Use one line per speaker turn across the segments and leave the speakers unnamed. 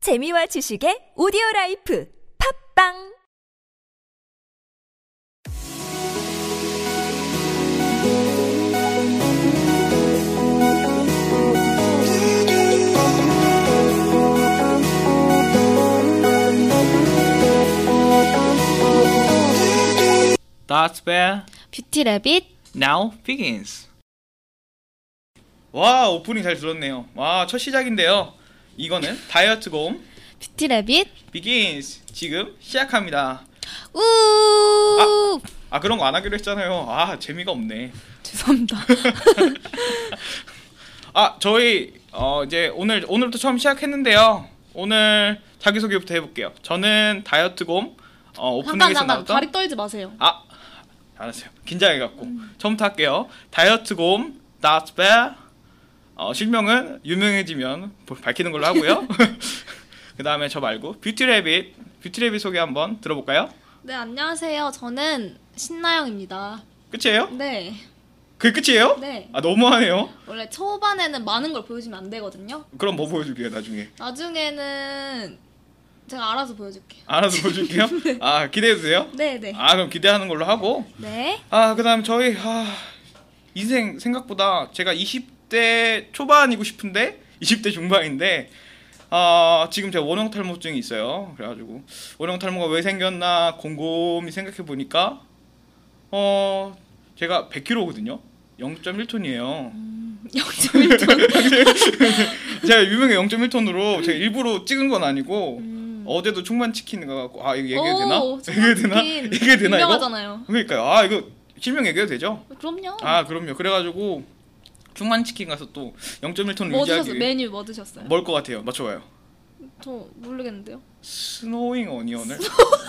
재미와 지식의 오디오 라이프 팝빵
That's where
뷰티 래빗
now begins. 와 오프닝 잘 들었네요. 와 첫 시작인데요. 이거는 다이어트 곰
뷰티 래빗
begins 지금 시작합니다.
우
아 그런 거 안 하기로 했잖아요. 아 재미가 없네.
죄송합니다
아 저희 어, 이제 오늘 오늘부터 처음 시작했는데요. 오늘 자기 소개부터 해볼게요. 저는 다이어트 곰 어, 오프닝에서
잠깐 잠깐
나왔던
다리 떨지 마세요
아 알았어요. 긴장해갖고 처음부터 할게요. 다이어트 곰 That's bad. 어, 실명은 유명해지면 보- 밝히는 걸로 하고요. 그 다음에 저 말고 뷰티 래빗 뷰티 래빗 소개 한번 들어볼까요?
네 안녕하세요 저는 신나영입니다
끝이에요?
네
그게 끝이에요?
네.
아 너무하네요.
원래 초반에는 많은 걸 보여주면 안 되거든요
그럼 뭐 보여줄게요 나중에.
나중에는 제가 알아서 보여줄게요
알아서 보여줄게요. 아 기대해주세요.
네. 네네
아 그럼 기대하는 걸로 하고
네
아 그다음 저희 아, 인생 생각보다 제가 20대 초반이고 싶은데 20대 중반인데 아 지금 제가 원형 탈모증이 있어요. 그래가지고 원형 탈모가 왜 생겼나 곰곰이 생각해 보니까 어 제가 100kg거든요. 0.1톤이에요.
음. 0.1톤
제가 유명해 0.1톤으로 제가 일부러 찍은 건 아니고
음.
어제도 충만 치킨 가갖고 아 이거 얘기해도 되나? 얘기해도 되나? 얘기해도 되나 이거?
유명하잖아요
그러니까요. 아 이거 실명 얘기해도 되죠?
그럼요
아 그럼요. 그래가지고 충만치킨 가서 또 0.1톤
뭐 드셨어요?
유지하기 위해 뭐?
메뉴 뭐 드셨어요?
뭘것 같아요? 맞춰봐요.
저 모르겠는데요
스노잉 어니언을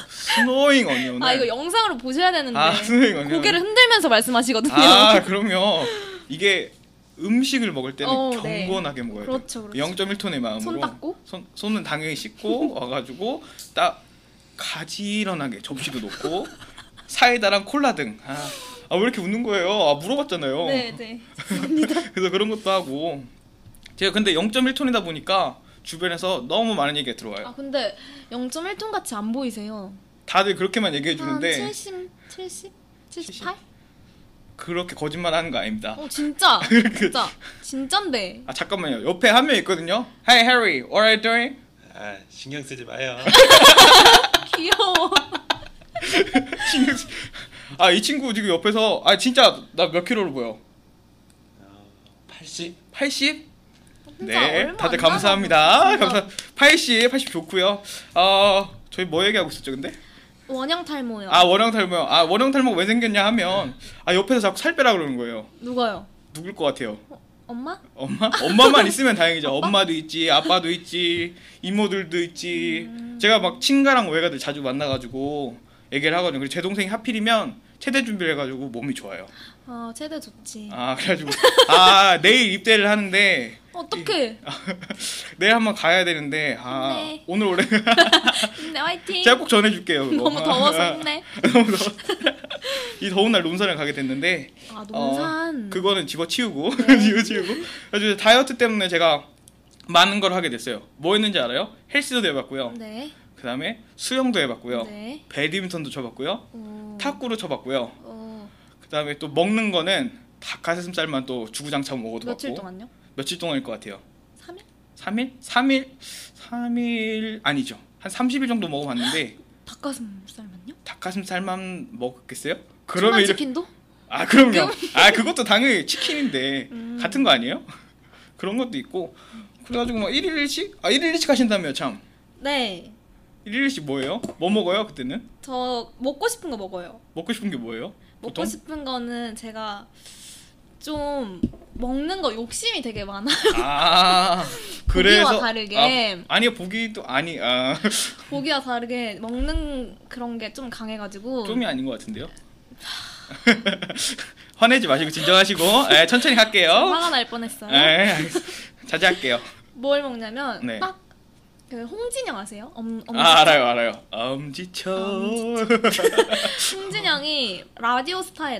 스노잉 어니언을
아 이거 영상으로 보셔야 되는데
아, 스노잉 어니언
고개를 흔들면서 말씀하시거든요
아 그럼요. 이게 음식을 먹을 때는
어, 네.
경건하게 먹어야 돼요.
그렇죠, 그렇죠.
0.1톤의 마음으로
손 닦고?
손, 손은 당연히 씻고 와가지고 딱 가지런하게 접시도 놓고 사이다랑 콜라 등. 아, 아, 왜 이렇게 웃는 거예요? 아 물어봤잖아요.
네, 네.
그래서 그런 것도 하고 제가 근데 0.1톤이다 보니까 주변에서 너무 많은 얘기가 들어와요.
아 근데 0.1톤 같이 안 보이세요.
다들 그렇게만 얘기해
한
주는데
70, 70, 78?
그렇게 거짓말하는 거 아닙니다.
어 진짜. 진짜. 진짠데.
아 잠깐만요. 옆에 한 명 있거든요. Hey Harry, what are you doing?
아 신경 쓰지 마요.
귀여워.
아 이 친구 지금 옆에서 아 진짜 나 몇 킬로로 보여?
80?
80?
진짜
네,
얼마
다들
안
감사합니다.
남았어, 진짜.
감사. 80, 80 좋고요. 어, 저희 뭐 얘기하고 있었죠, 근데?
원형 탈모요.
아 원형 탈모. 아 원형 탈모가 왜 생겼냐 하면 아 옆에서 자꾸 살 빼라 그러는 거예요.
누가요?
누굴 것 같아요?
엄마?
엄마? 엄마만 있으면 다행이죠. 엄마도 있지, 아빠도 있지, 이모들도 있지.
음.
제가 막 친가랑 외가들 자주 만나가지고 얘기를 하거든요. 그리고 제 동생이 하필이면 체대 준비를 해가지고 몸이 좋아요.
아 최대 좋지.
아 그래가지고 아 내일 입대를 하는데
어떡해.
아. 내일 한번 가야 되는데 아
힘내.
오늘 원래
힘내 화이팅.
제가 꼭 전해줄게요. 그거.
너무 더워서
아.
힘내.
너무 더워. 이 더운 날 논산을 가게 됐는데
아
어,
농산.
그거는 집어치우고
네.
집어치우고 그래서 다이어트 때문에 제가 많은 걸 하게 됐어요 뭐 했는지 알아요? 헬스도 해봤고요
네.
그 다음에 수영도 해봤고요
네. 음.
배드민턴도 쳐봤고요
오.
탁구를 쳐봤고요
어.
그 다음에 또 먹는 거는 닭가슴살만 또 주구장창 먹어도
며칠
봤고
동안요?
며칠 동안일 것 같아요
3일?
3일? 3일? 3일 아니죠 한 30일 정도 먹어봤는데
닭가슴살만요?
닭가슴살만 먹었겠어요?
그러면
이렇게-
치킨도?
아 그럼요. 아 그것도 당연히 치킨인데
음.
같은 거 아니에요? 그런 것도 있고 그래가지고 막 일일일씩 아 일일일씩 하신다며 참
네.
일일일씩 뭐예요? 뭐 먹어요 그때는?
저 먹고 싶은 거 먹어요.
먹고 싶은 게 뭐예요?
먹고 싶은 거는 제가 좀 먹는 거 욕심이 되게 많아요.
아 그래서
다르게.
아, 아니요 보기도 아니 아
고기와 다르게 먹는 그런 게 좀 강해가지고
좀이 아닌 것 같은데요. 화내지 마시고 진정하시고 에, 천천히 할게요.
화가 날 뻔했어요.
에, 알겠습니다. 자제할게요.
뭘 먹냐면
네.
딱 그 홍진영 아세요? 엄, 엄,
아 알아요 알아요. 엄지척.
홍진영이 라디오스타에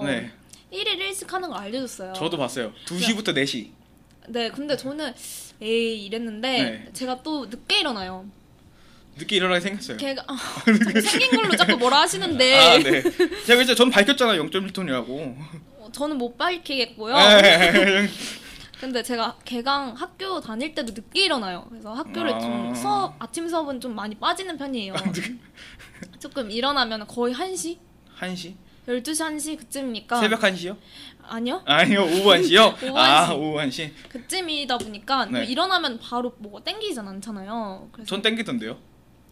네.
1일 1식 하는 걸 알려줬어요.
저도 봤어요. 2시부터 4시.
네, 근데 저는 에이 이랬는데
네.
제가 또 늦게 일어나요.
늦게 일어나게 생겼어요. 그
걔가 아, 자꾸 생긴 걸로 자꾸 뭐라 하시는데
네. 아, 네. 제가 이제 전 밝혔잖아요. 0.1톤이라고.
어, 저는 못 밝히겠고요.
네.
근데 제가 개강 학교 다닐 때도 늦게 일어나요. 그래서 학교를
아.
좀 수업 아침 수업은 좀 많이 빠지는 편이에요. 조금 일어나면 거의 1시?
1시?
12시 1시 그쯤이니까
새벽 1시요?
아니요.
아니요, 오후 1시요?
그러니까. 오후
아,
한 시.
오후 1시.
그쯤이다 보니까 뭐
네.
일어나면 바로 뭐가 땡기진 않잖아요. 그래서
전 땡기던데요.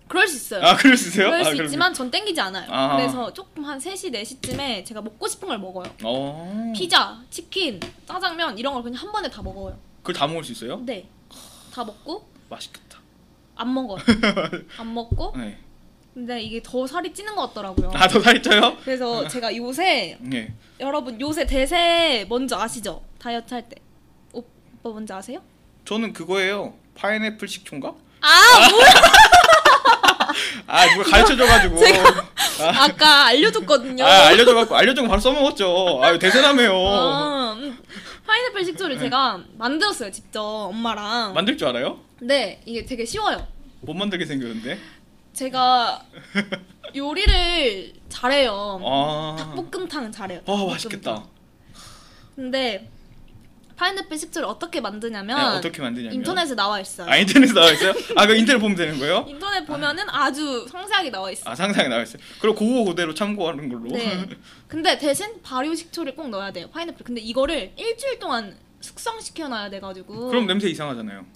그럴 수 있어요.
아, 그러시세요?
네. 그럴
아,
수
그럼요.
있지만 전 땡기지 않아요.
아하.
그래서 조금 한 3시, 4시쯤에 제가 먹고 싶은 걸 먹어요.
어.
피자, 치킨, 짜장면 이런 걸 그냥 한 번에 다 먹어요.
그걸 다 먹을 수 있어요?
네. 다 먹고
맛있겠다.
안 먹어요. 안 먹고
네.
근데 이게 더 살이 찌는 것 같더라고요.
아, 더 살이 쪄요?
그래서 제가 요새
네.
여러분 요새 대세 뭔지 아시죠? 다이어트 할 때. 오, 오빠 뭔지 아세요?
저는 그거예요. 파인애플 식초인가?
아, 뭐야?
아, 누가 가르쳐 줘 가지고.
아까 알려줬거든요.
아, 어. 알려줘 갖고 알려준 거 바로 써먹었죠. 아유, 대세남해요.
아, 음. 파인애플 식초를 제가 만들었어요 직접 엄마랑.
만들 줄 알아요?
네 이게 되게 쉬워요.
못 만들게 생겼는데.
제가 요리를 잘해요.
아.
닭볶음탕 잘해요.
아,
닭볶음탕.
맛있겠다.
근데 파인애플 식초를 어떻게 만드냐면
네, 어떻게 만드냐면
인터넷에 나와 있어요.
아, 인터넷에 나와 있어요? 아, 그 인터넷 보면 되는 거예요?
인터넷 보면은 아주 상세하게 나와 있어. 요
아, 상상에 나와 있어요. 그럼 그거 그대로 참고하는 걸로.
네. 근데 대신 발효 식초를 꼭 넣어야 돼요. 파인애플. 근데 이거를 일주일 동안 숙성시켜 놔야 돼 가지고.
그럼 냄새 이상하잖아요.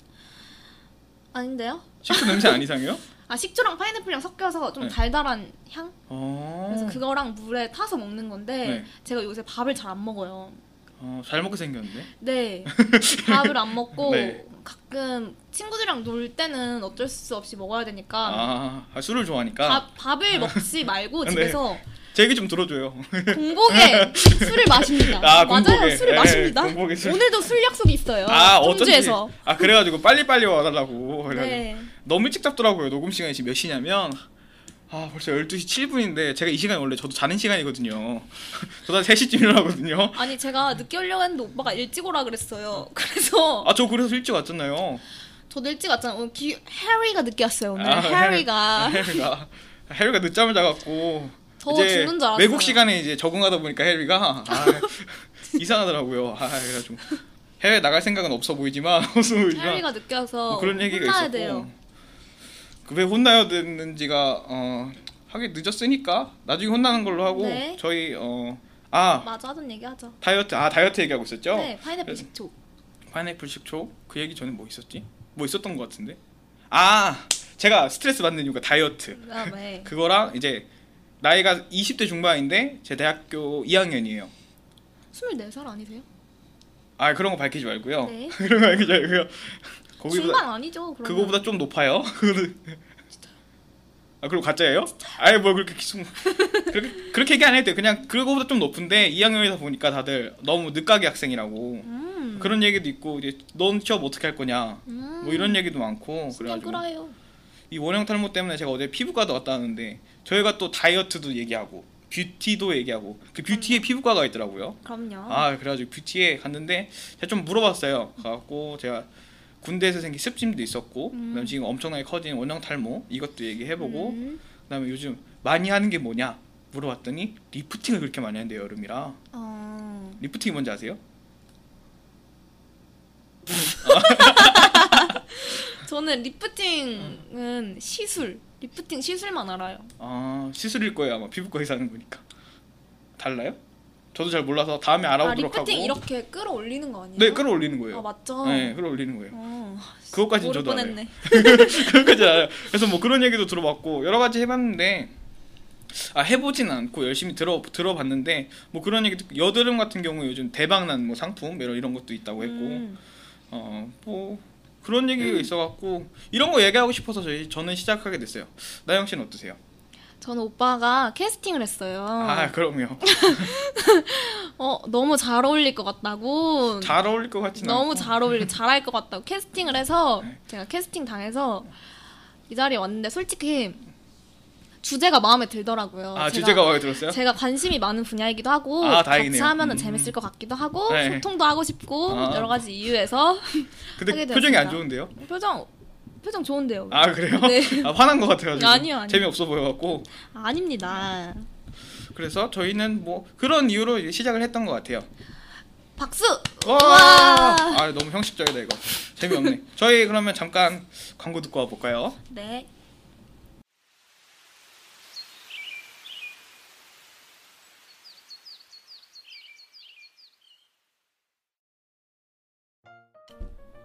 아닌데요?
식초 냄새 안 이상해요?
아 식초랑 파인애플이랑 섞여서 좀
네.
달달한 향.
어.
그래서 그거랑 물에 타서 먹는 건데
네.
제가 요새 밥을 잘 안 먹어요.
어, 잘 먹게 생겼는데.
네. 밥을 안 먹고
네.
가끔 친구들이랑 놀 때는 어쩔 수 없이 먹어야 되니까
아, 아, 술을 좋아하니까.
밥, 밥을 먹지 말고
네.
집에서
제 얘기 좀 들어줘요.
공복에 술을 마십니다.
아, 공복에.
맞아요, 술을
예,
마십니다.
공복에 술.
오늘도 술 약속이 있어요.
아, 어쩐지.
청주에서.
아, 그래가지고 빨리빨리 와달라고. 그래가지고.
네.
너무 일찍 잡더라고요. 녹음 시간이 지금 몇 시냐면 아 벌써 12시 7분인데 제가 이 시간이 원래 저도 자는 시간이거든요. 저도 한 3시쯤 일어나거든요.
아니 제가 늦게 오려고 했는데 오빠가 일찍 오라 그랬어요. 그래서
아 저 그래서 일찍 왔잖아요.
저도 일찍 왔잖아요. 오늘 기... 해리가 늦게 왔어요. 오늘
아,
해리가
해리가 해리가 늦잠을 자갖고
더 죽는 줄 알았어요.
외국 시간에 이제 적응하다 보니까 해리가 아, 이상하더라고요. 아 그래가지고 해외 나갈 생각은 없어 보이지만 없어 보이지만
해리가 늦게 와서
뭐 그런 얘기가
혼나야
있었고
돼요.
그 왜 혼나야 됐는지가 어 하긴 늦었으니까 나중에 혼나는 걸로 하고
네.
저희 어아
맞아 하던 얘기 하죠.
다이어트 아 다이어트 얘기하고 있었죠?
네, 파인애플
그래서
식초.
파인애플 식초 그 얘기 전에 뭐 있었지? 뭐 있었던 것 같은데 아 제가 스트레스 받는 이유가 다이어트
그다음에
그거랑 이제 나이가 20대 중반인데 제 대학교 2학년이에요
24살 아니세요?
아 그런 거 밝히지 말고요
네.
그런 거 밝히지 말고요 거기보다
중반 아니죠? 그러면.
그거보다 좀 높아요 그거는 아 그리고 가짜예요? 아예 뭘 그렇게 기승 그렇게 그렇게 얘기 안 해도 돼요 그냥 그거보다 좀 높은데 2학년이다 보니까 다들 너무 늦가기 학생이라고
음.
그런 얘기도 있고 이제 넌 취업 어떻게 할 거냐
음.
뭐 이런 얘기도 많고
신경
그래가지고
끌어요.
이 원형 탈모 때문에 제가 어제 피부과도 갔다 왔는데 저희가 또 다이어트도 얘기하고 뷰티도 얘기하고 그
음.
뷰티에 피부과가 있더라고요.
그럼요.
아 그래가지고 뷰티에 갔는데 제가 좀 물어봤어요. 가갖고 제가 군대에서 생긴 습진도 있었고
음.
그다음 에 지금 엄청나게 커진 원형 탈모 이것도 얘기해보고
음.
그다음에 요즘 많이 하는 게 뭐냐 물어봤더니 리프팅을 그렇게 많이 한대요 여름이라
어.
리프팅이 뭔지 아세요?
저는 리프팅은 시술, 리프팅 시술만 알아요.
아 시술일 거예요 아마 피부과에서 하는 거니까 달라요? 저도 잘 몰라서 다음에 알아보도록
리프팅
하고
이렇게 끌어올리는 거 아니에요?
네 끌어올리는 거예요.
아 맞죠.
네 끌어올리는 거예요.
어.
그것까지는
모를
저도 알아요.
뻔했네.
그것까지 알아요. 그래서 뭐 그런 얘기도 들어봤고 여러 가지 해봤는데 아 해보진 않고 열심히 들어 들어봤는데 뭐 그런 얘기도 있고, 여드름 같은 경우 요즘 대박난 뭐 상품 이런 이런 것도 있다고 했고
음.
어 뭐 그런 얘기가 있어갖고 이런 거 얘기하고 싶어서 저희 저는 시작하게 됐어요. 나영 씨는 어떠세요?
저는 오빠가 캐스팅을 했어요.
아 그럼요.
어 너무 잘 어울릴 것 같다고.
잘 어울릴 것 같지는
너무
않고.
잘 어울리, 잘할 것 같다고 캐스팅을 해서
네.
제가 캐스팅 당해서 이 자리에 왔는데 솔직히 주제가 마음에 들더라고요.
아 주제가 마음에 들었어요?
제가 관심이 많은 분야이기도 하고
아,
같이
다행이네요.
하면은
음.
재밌을 것 같기도 하고
네.
소통도 하고 싶고
아.
여러 가지 이유에서
근데
하게
표정이 안
되었습니다.
좋은데요?
표정 표정 좋은데요. 아.
아 그래요?
네.
아, 화난 것 같아가지고
아니요, 아니요.
재미없어 보여갖고
닙니다
그래서 저희는 뭐 그런 이유로 이제 시작을 했던 것 같아요.
박수.
와!
와.
아 너무 형식적이다 이거 재미없네. 저희 그러면 잠깐 광고 듣고 와볼까요?
네.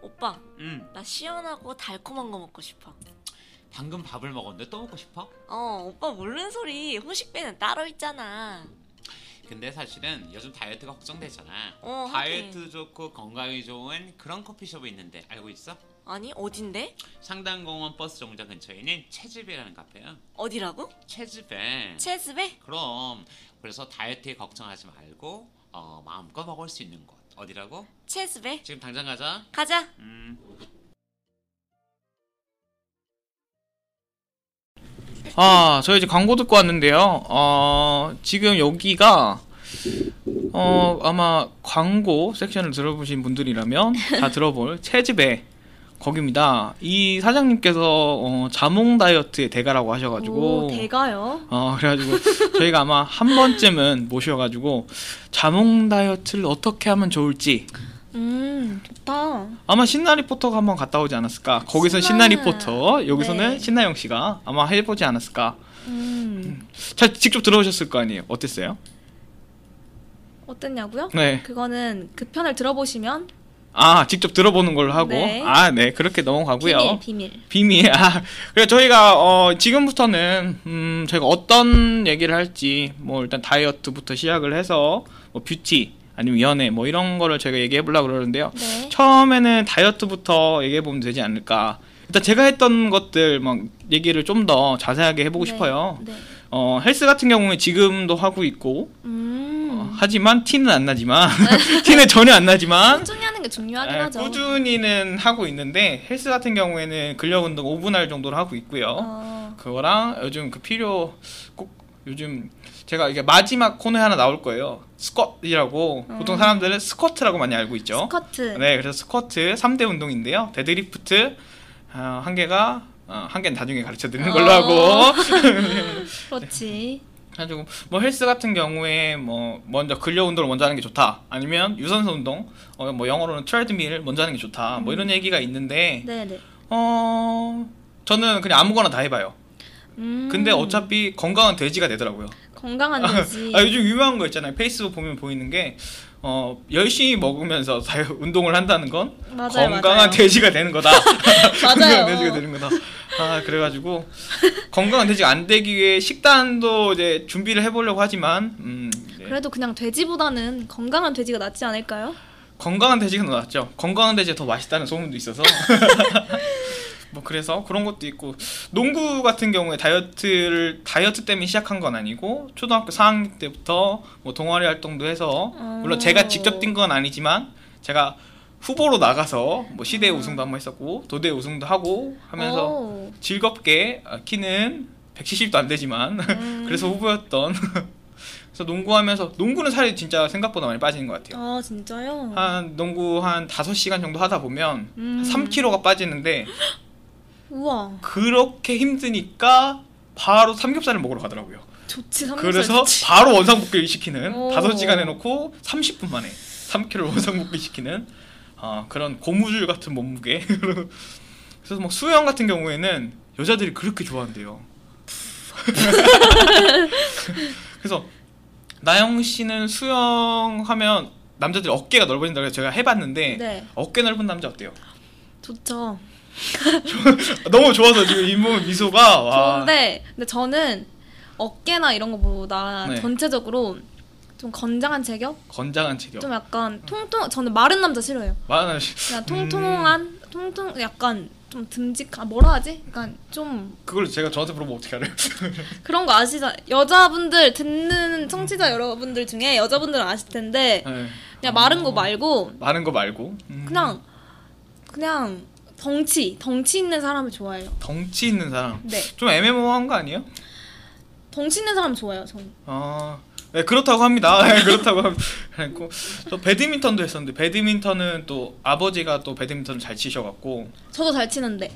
오빠,
음,
나 시원하고 달콤한 거 먹고 싶어.
방금 밥을 먹었는데 또 먹고 싶어?
어, 오빠 모르는 소리. 후식배는 따로 있잖아.
근데 사실은 요즘 다이어트가 걱정되잖아.
어,
다이어트
하긴.
좋고 건강이 좋은 그런 커피숍이 있는데 알고 있어?
아니, 어딘데?
상당공원 버스 정류장 근처에 있는 채집이라는 카페야.
어디라고?
채집에.
채집에?
그럼 그래서 다이어트에 걱정하지 말고 어, 마음껏 먹을 수 있는 곳 어디라고?
채집에.
지금 당장 가자.
가자.
음.
아, 저희 이제 광고 듣고 왔는데요. 어, 지금 여기가 어, 아마 광고 섹션을 들어보신 분들이라면 다 들어볼 채집의 거기입니다. 이 사장님께서 어, 자몽 다이어트의 대가라고 하셔가지고
오, 대가요.
어, 그래가지고 저희가 아마 한 번쯤은 모셔가지고 자몽 다이어트를 어떻게 하면 좋을지
음 좋다.
아마 신나 리포터가 한번 갔다 오지 않았을까 거기서 신나
신나.
리포터 여기서는
네.
신나영 씨가 아마 해보지 않았을까
음
자, 직접 들어오셨을 거 아니에요 어땠어요?
어땠냐고요?
네.
그거는 그 편을 들어보시면
아, 직접 들어보는 걸로 하고.
네.
아, 네. 그렇게 넘어가고요.
비밀 비밀.
비밀. 아, 그래 저희가 어, 지금부터는 음, 저희가 어떤 얘기를 할지 뭐 일단 다이어트부터 시작을 해서 뭐 뷰티 아니면 연애 뭐 이런 거를 저희가 얘기해 보려고 그러는데요.
네.
처음에는 다이어트부터 얘기해 보면 되지 않을까? 일단 제가 했던 것들 막 얘기를 좀 더 자세하게 해보고
네,
싶어요.
네.
어, 헬스 같은 경우에 지금도 하고 있고
음.
어, 하지만 티는 안 나지만 티는 전혀 안 나지만
꾸준히 하는 게 중요하긴
네,
하죠.
꾸준히는 하고 있는데 헬스 같은 경우에는 근력 운동 5분 할 정도로 하고 있고요.
어,
그거랑 요즘 그 필요 꼭 요즘 제가 이게 마지막 코너에 하나 나올 거예요. 스쿼트라고
음.
보통 사람들은 스쿼트라고 많이 알고 있죠.
스커트.
네, 그래서 스쿼트 3대 운동인데요. 데드리프트 어, 한 개가 어, 한 개는 나중에 가르쳐 드리는 걸로
어.
하고
그렇지.
가지고 뭐 헬스 같은 경우에 뭐 먼저 근력 운동을 먼저 하는 게 좋다. 아니면 유산소 운동, 어, 뭐 영어로는 트레드밀 먼저 하는 게 좋다. 뭐 이런 얘기가 있는데
음. 네네.
어 저는 그냥 아무거나 다 해봐요.
음.
근데 어차피 건강한 돼지가 되더라고요.
건강한 돼지.
아, 요즘 유명한 거 있잖아요. 페이스북 보면 보이는 게 어, 열심히 먹으면서 다 운동을 한다는 건
맞아요,
건강한
맞아요.
돼지가 되는 거다. 건강한 돼지가 되는 거다. 아 그래가지고 건강한 돼지가 안 되기 위해 식단도 이제 준비를 해보려고 하지만 음, 이제
그래도 그냥 돼지보다는 건강한 돼지가 낫지 않을까요?
건강한 돼지가 나왔죠. 건강한 돼지가 더 맛있다는 소문도 있어서. 뭐 그래서 그런 것도 있고 농구 같은 경우에 다이어트를 다이어트 때문에 시작한 건 아니고 초등학교 4학년 때부터 뭐 동아리 활동도 해서 물론
어.
제가 직접 뛴 건 아니지만 제가 후보로 나가서 뭐 시대 우승도 한번 했었고 도대 우승도 하고 하면서
오.
즐겁게 아, 키는 170도 안 되지만 그래서 후보였던 그래서 농구하면서 농구는 살이 진짜 생각보다 많이 빠지는 것 같아요.
아 진짜요?
한 농구 한 5시간 정도 하다 보면
음.
3kg가 빠지는데
우와
그렇게 힘드니까 바로 삼겹살을 먹으러 가더라고요.
좋지 삼겹살.
그래서
좋지.
바로 원상복귀를 시키는
오.
5시간 해놓고 30분 만에 3kg 원상복귀 시키는 아, 그런 고무줄 같은 몸무게 그래서 막 수영 같은 경우에는 여자들이 그렇게 좋아한대요. 그래서 나영 씨는 수영하면 남자들 어깨가 넓어진다고 해서 제가 해봤는데
네
어깨 넓은 남자 어때요?
좋죠.
너무 좋아서 지금 잇몸 미소가 와.
좋은데 근데 저는 어깨나 이런 거보다
네.
전체적으로 좀 건장한 체격,
건장한 체격.
좀 약간 통통. 저는 마른 남자 싫어해요.
많은
그냥
음,
통통한, 통통 약간 좀 듬직한 아, 뭐라 하지? 약간 좀
그걸 제가 저한테 물어보면 어떻게 알아요?
그런 거 아시죠? 여자분들 듣는 청취자 여러분들 중에 여자분들은 아실 텐데
네.
그냥 마른 거 말고
많은 거 말고 음,
그냥 그냥 덩치 덩치 있는 사람을 좋아해요.
덩치 있는 사람.
네.
좀 애매모호한 거 아니에요?
덩치 있는 사람 좋아요 저는.
아, 네, 그렇다고 합니다. 네, 그렇다고 하고 저 배드민턴도 했었는데 배드민턴은 또 아버지가 또 배드민턴을 잘 치셔갖고
저도 잘 치는데.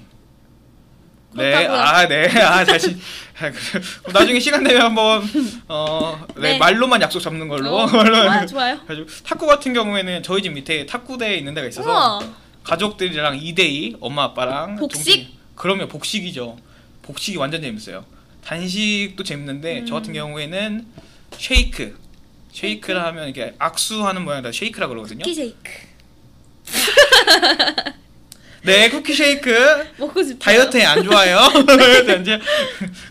네,
그렇다고요?
아, 네, 아, 다시 아, 그래. 그럼 나중에 시간 되면 한번 어, 네,
네.
말로만 약속 잡는 걸로.
어, 좋아요 좋아요.
그래가지고 탁구 같은 경우에는 저희 집 밑에 탁구대 있는 데가 있어서
우와.
가족들이랑 2대2 엄마 아빠랑
복식?
동생. 그러면 복식이죠. 복식이 완전 재밌어요. 단식도 재밌는데 저
음.
같은 경우에는 쉐이크. 쉐이크라 하면 이렇게 악수하는 모양이다 쉐이크라 그러거든요.
쿠키 쉐이크
네, 쿠키 쉐이크.
먹고 싶어요.
다이어트에 안 좋아요. 다이어트에 안 좋아요.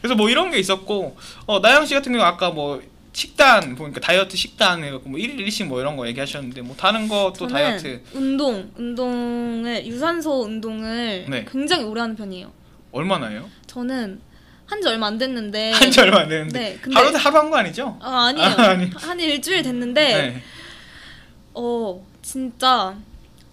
그래서 뭐 이런 게 있었고 어, 나영 씨 같은 경우 아까 뭐 식단 보니까 다이어트 식단 해갖고 뭐 1일 1식 뭐 이런 거 얘기하셨는데 뭐 다른 거 또
저는
다이어트
운동 운동을 유산소 운동을
네.
굉장히 오래 하는 편이에요.
얼마나요?
저는 한 지 얼마 안 됐는데
한 지 얼마 안 됐는데
네, 근데-
하루도 하루 한 거 아니죠?
아, 아니에요.
아, 아니. 네.
한 일주일 됐는데 어 진짜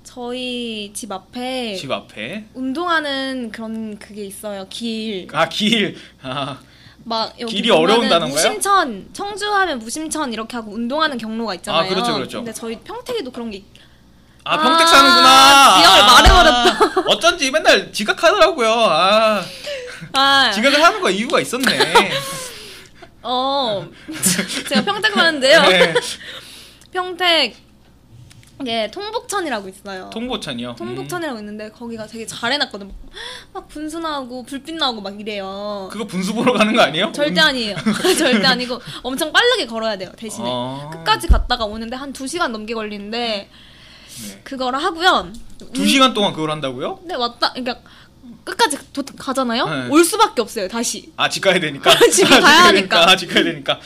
저희 집 앞에
집 앞에
운동하는 그런 그게 있어요. 길.
아 길. 아,
막 여기
길이
보면은
어려운다는 거예요?
무심천 청주하면 무심천 이렇게 하고 운동하는 경로가 있잖아요.
아, 그렇죠, 그렇죠.
근데 저희 평택에도 그런 게 있-
아
아,
평택 사는구나.
기억을
말해버렸다. 어쩐지 맨날 지각하더라고요. 아
아,
지각을 하는 거 이유가 있었네.
어 제가 평택 사는데요.
네,
평택 예 통북천이라고 있어요.
통보천이요. 음.
통북천이라고 있는데 거기가 되게 잘 해놨거든. 막, 막 분수 나오고 불빛 나오고 막 이래요.
그거 음. 분수 보러 가는 거 아니에요?
절대 아니에요. 절대 아니고 엄청 빠르게 걸어야 돼요. 대신에
아.
끝까지 갔다가 오는데 한 2시간 넘게 걸리는데
네.
그거를 하고요.
두 시간 동안 그걸 한다고요?
네 왔다 그러니까 끝까지 도, 가잖아요.
네.
올 수밖에 없어요. 다시.
아, 집 가야 되니까.
집에
아, 집
가야
되니까.
하니까.
아, 집 가야 되니까.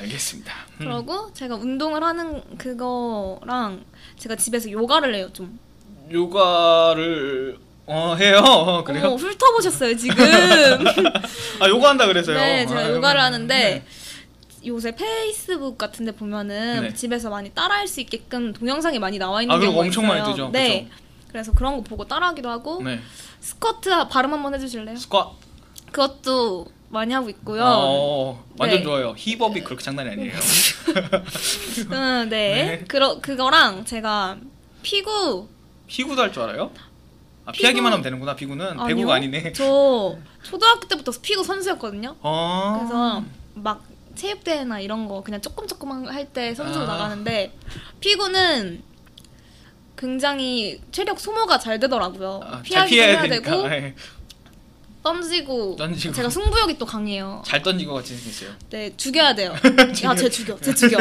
알겠습니다. 음.
그러고 제가 운동을 하는 그거랑 제가 집에서 요가를 해요. 좀.
요가를 어, 해요. 어, 그래요?
어머, 훑어보셨어요 지금.
아, 요가 한다 그래서요.
네, 제가
아,
요가를
요가.
하는데 요새 페이스북 같은 데 보면은
네.
집에서 많이 따라할 수 있게끔 동영상이 많이 나와 있는
아, 그런 거
경우가
엄청
있어요.
많이 뜨죠.
네. 그래서 그런 거 보고 따라하기도 하고
네.
스쿼트 발음 한번 해주실래요?
스쿼트.
그것도 많이 하고 있고요.
어, 완전
네.
좋아요. 힙업이 그렇게 장난이 아니에요.
음, 네.
네.
그러, 그거랑 제가 피구
피구도 할 줄 알아요? 아,
피구-
피하기만 하면 되는구나. 피구는 배구가 아니네.
저 초등학교 때부터 피구 선수였거든요.
어.
그래서 막 체육대회나 이런 거 그냥 조금 조금 할 때 선수로
아.
나가는데 피구는 굉장히 체력 소모가 잘 되더라고요.
아, 잘
피하기도
피해야
해야
되니까.
되고
네.
던지고,
던지고.
제가 승부욕이 또 강해요.
잘 던지고 같이 생겼어요.
네 죽여야 돼요. 야쟤 죽여, 쟤 죽여.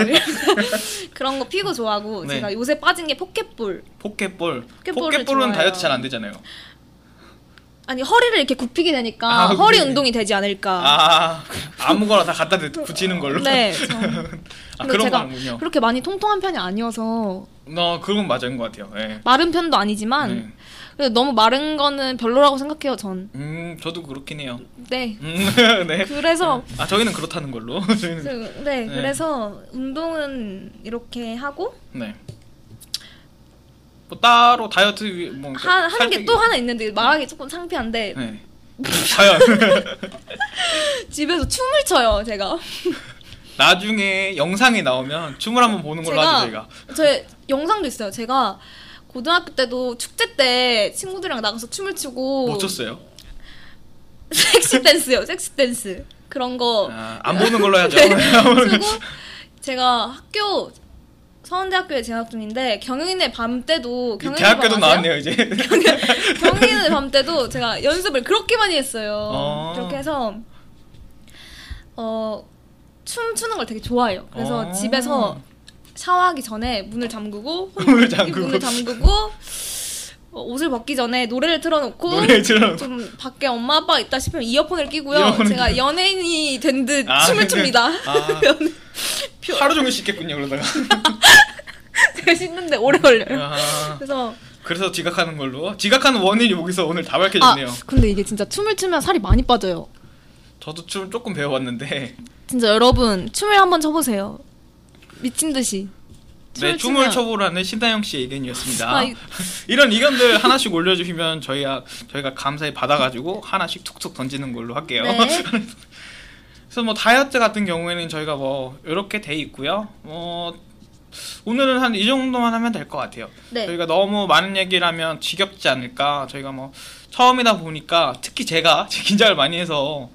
그런 거 피구 좋아하고
네.
제가 요새 빠진 게 포켓볼.
포켓볼.
포켓볼을
포켓볼은
좋아해요.
다이어트 잘 안 되잖아요.
아니 허리를 이렇게 굽히게 되니까
아,
허리
그게.
운동이 되지 않을까.
아, 아무거나 다 갖다 대- 붙이는 걸로.
네. 저-
아,
근데
그런
제가
거군요.
그렇게 많이 통통한 편이 아니어서
어, 그건 맞은 것 같아요. 예.
마른 편도 아니지만
네.
그래도 너무 마른 거는 별로라고 생각해요 전.
음, 저도 그렇긴 해요.
네.
음, 네.
그래서
아, 저희는 그렇다는 걸로. 저희는
그- 네, 그래서 운동은 이렇게 하고
네. 뭐 따로 다이어트 위- 뭐
하, 하는 게
살빼기-
또 하나 있는데 말하기 조금 창피한데
네. 과연 네.
집에서 춤을 춰요 제가.
나중에 영상이 나오면 춤을 한번 보는 걸로 하죠, 저희가.
제 영상도 있어요. 제가 고등학교 때도 축제 때 친구들이랑 나가서 춤을 추고
못뭐 췄어요.
섹시 댄스요. 섹시 댄스. 그런 거
아, 안 보는 걸로 해야죠.
네. 추고 제가 학교 서원대학교에 재학 중인데 경영인의 밤 때도 경영인의
대학교도
밤 아세요?
나왔네요, 이제.
경영인의 밤 때도 제가 연습을 그렇게 많이 했어요.
어.
그렇게 해서 어 춤추는 걸 되게 좋아해요. 그래서
어.
집에서 샤워하기 전에 문을 잠그고
문을 잠그고.
문을 잠그고 어, 옷을 벗기 전에 노래를 틀어놓고
노래 들어.
좀 밖에 엄마 아빠 있다 싶으면 이어폰을 끼고요.
이어폰을
제가
끼고.
연예인이 된 듯
아,
춤을 춥니다.
아. 하루 종일 씻겠군요, 그러다가.
제가 씻는데 오래 걸려요.
아,
그래서
그래서 지각하는 걸로. 지각하는 원인이 여기서 오늘 다
아
밝혀졌네요.
근데 이게 진짜 춤을 추면 살이 많이 빠져요.
저도 춤 조금 배워봤는데
진짜 여러분 춤을 한번 춰보세요. 미친 듯이.
네, 춤을
추면-
춰보라는 신다영 씨의 의견이었습니다.
아, 이-
이런 의견들 하나씩 올려주시면 아, 저희가 저희가 감사히 받아가지고 하나씩 툭툭 던지는 걸로 할게요.
네.
그래서 뭐 다이어트 같은 경우에는 저희가 뭐 이렇게 돼 있고요. 뭐 오늘은 한 이 정도만 하면 될 것 같아요.
네.
저희가 너무 많은 얘기를 하면 지겹지 않을까. 저희가 뭐 처음이다 보니까 특히 제가 긴장을 많이 해서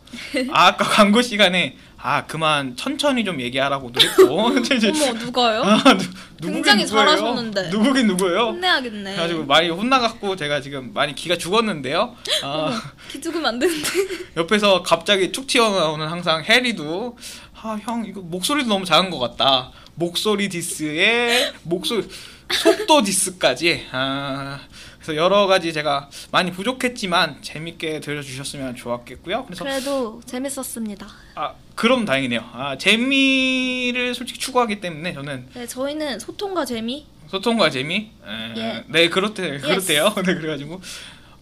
아, 아까 광고 시간에 아 그만 천천히 좀 얘기하라고도 했고 이제
어머 누가요?
아, 누- 누구긴
굉장히
누구예요?
잘하셨는데.
누구긴 누구예요?
혼내야겠네.
그래가지고 많이 혼나갖고 제가 지금 많이 기가 죽었는데요. 아,
기죽으면 안 되는데.
옆에서 갑자기 툭 튀어나오는 항상 해리도 아 형 이거 목소리도 너무 작은 것 같다. 목소리 디스에 목소리 속도 디스까지. 아, 그래서 여러 가지 제가 많이 부족했지만 재밌게 들려주셨으면 좋았겠고요. 그래서
그래도 재밌었습니다.
아 그럼 다행이네요. 아 재미를 솔직히 추구하기 때문에 저는
네, 저희는 소통과 재미.
소통과 재미. 에,
예.
네 그렇대 그렇대요. 네 그래가지고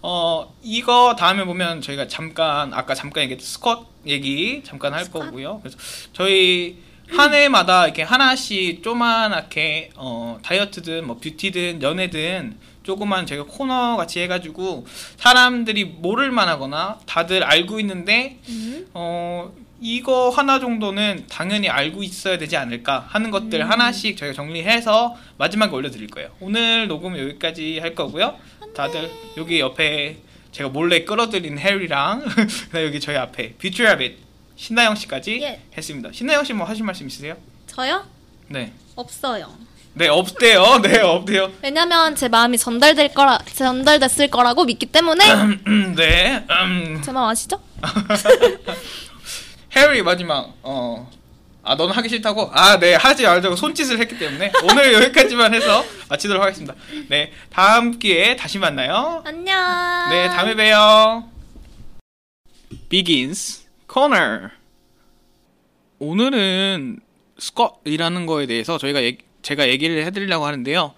어 이거 다음에 보면 저희가 잠깐 아까 잠깐 얘기했던 스쿼트 얘기 잠깐 할
스쿼트.
거고요. 그래서 저희 한 해마다 이렇게 하나씩 조만하게 어 다이어트든 뭐 뷰티든 연애든 조그만 저희가 코너 같이 해가지고 사람들이 모를 만하거나 다들 알고 있는데
음.
어 이거 하나 정도는 당연히 알고 있어야 되지 않을까 하는 것들 하나씩 저희가 정리해서 마지막에 올려드릴 거예요. 오늘 녹음 여기까지 할 거고요. 다들 여기 옆에 제가 몰래 끌어들인 해리랑 그다음에 여기 저희 앞에 뷰티라빗 신나영 씨까지
예.
했습니다. 신나영 씨 뭐 하실 말씀 있으세요?
저요?
네.
없어요.
네 없대요. 네 없대요.
왜냐면 제 마음이 전달될 거라 전달됐을 거라고 믿기 때문에
음, 네. 음.
제 마음 아시죠?
해리 마지막 어. 아, 넌 하기 싫다고? 아, 네, 하지 말자고 손짓을 했기 때문에 오늘 여기까지만 해서 마치도록 하겠습니다. 네, 다음 기회에 다시 만나요.
안녕.
네, 다음에 봬요. Begins Corner. 오늘은 스컷이라는 거에 대해서 저희가 얘기- 제가 얘기를 해드리려고 하는데요.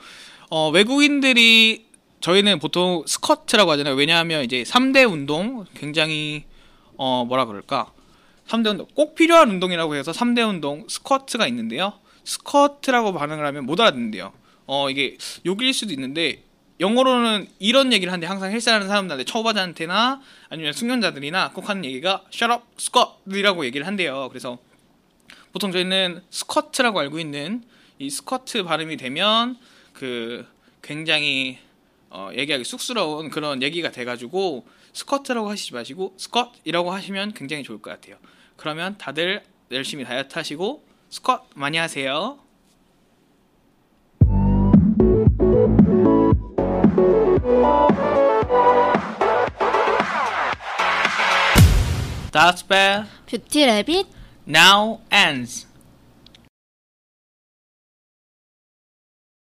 어, 외국인들이 저희는 보통 스쿼트라고 하잖아요. 왜냐하면 이제 3대 운동 굉장히 어, 뭐라 그럴까? 3대 운동 꼭 필요한 운동이라고 해서 3대 운동 스쿼트가 있는데요. 스쿼트라고 반응을 하면 못 알아듣는데요. 어, 이게 욕일 수도 있는데 영어로는 이런 얘기를 하는데 항상 헬스하는 사람들한테 초보자한테나 아니면 숙련자들이나 꼭 하는 얘기가 shut up squat이라고 얘기를 한대요. 그래서 보통 저희는 스쿼트라고 알고 있는 이 스쿼트 발음이 되면 그 굉장히 어, 얘기하기 쑥스러운 그런 얘기가 돼가지고 스쿼트라고 하시지 마시고 스쿼트이라고 하시면 굉장히 좋을 것 같아요. 그러면 다들 열심히 다이어트 하시고 스쿼트 많이 하세요. That's bad.
뷰티 래빗
Now ends.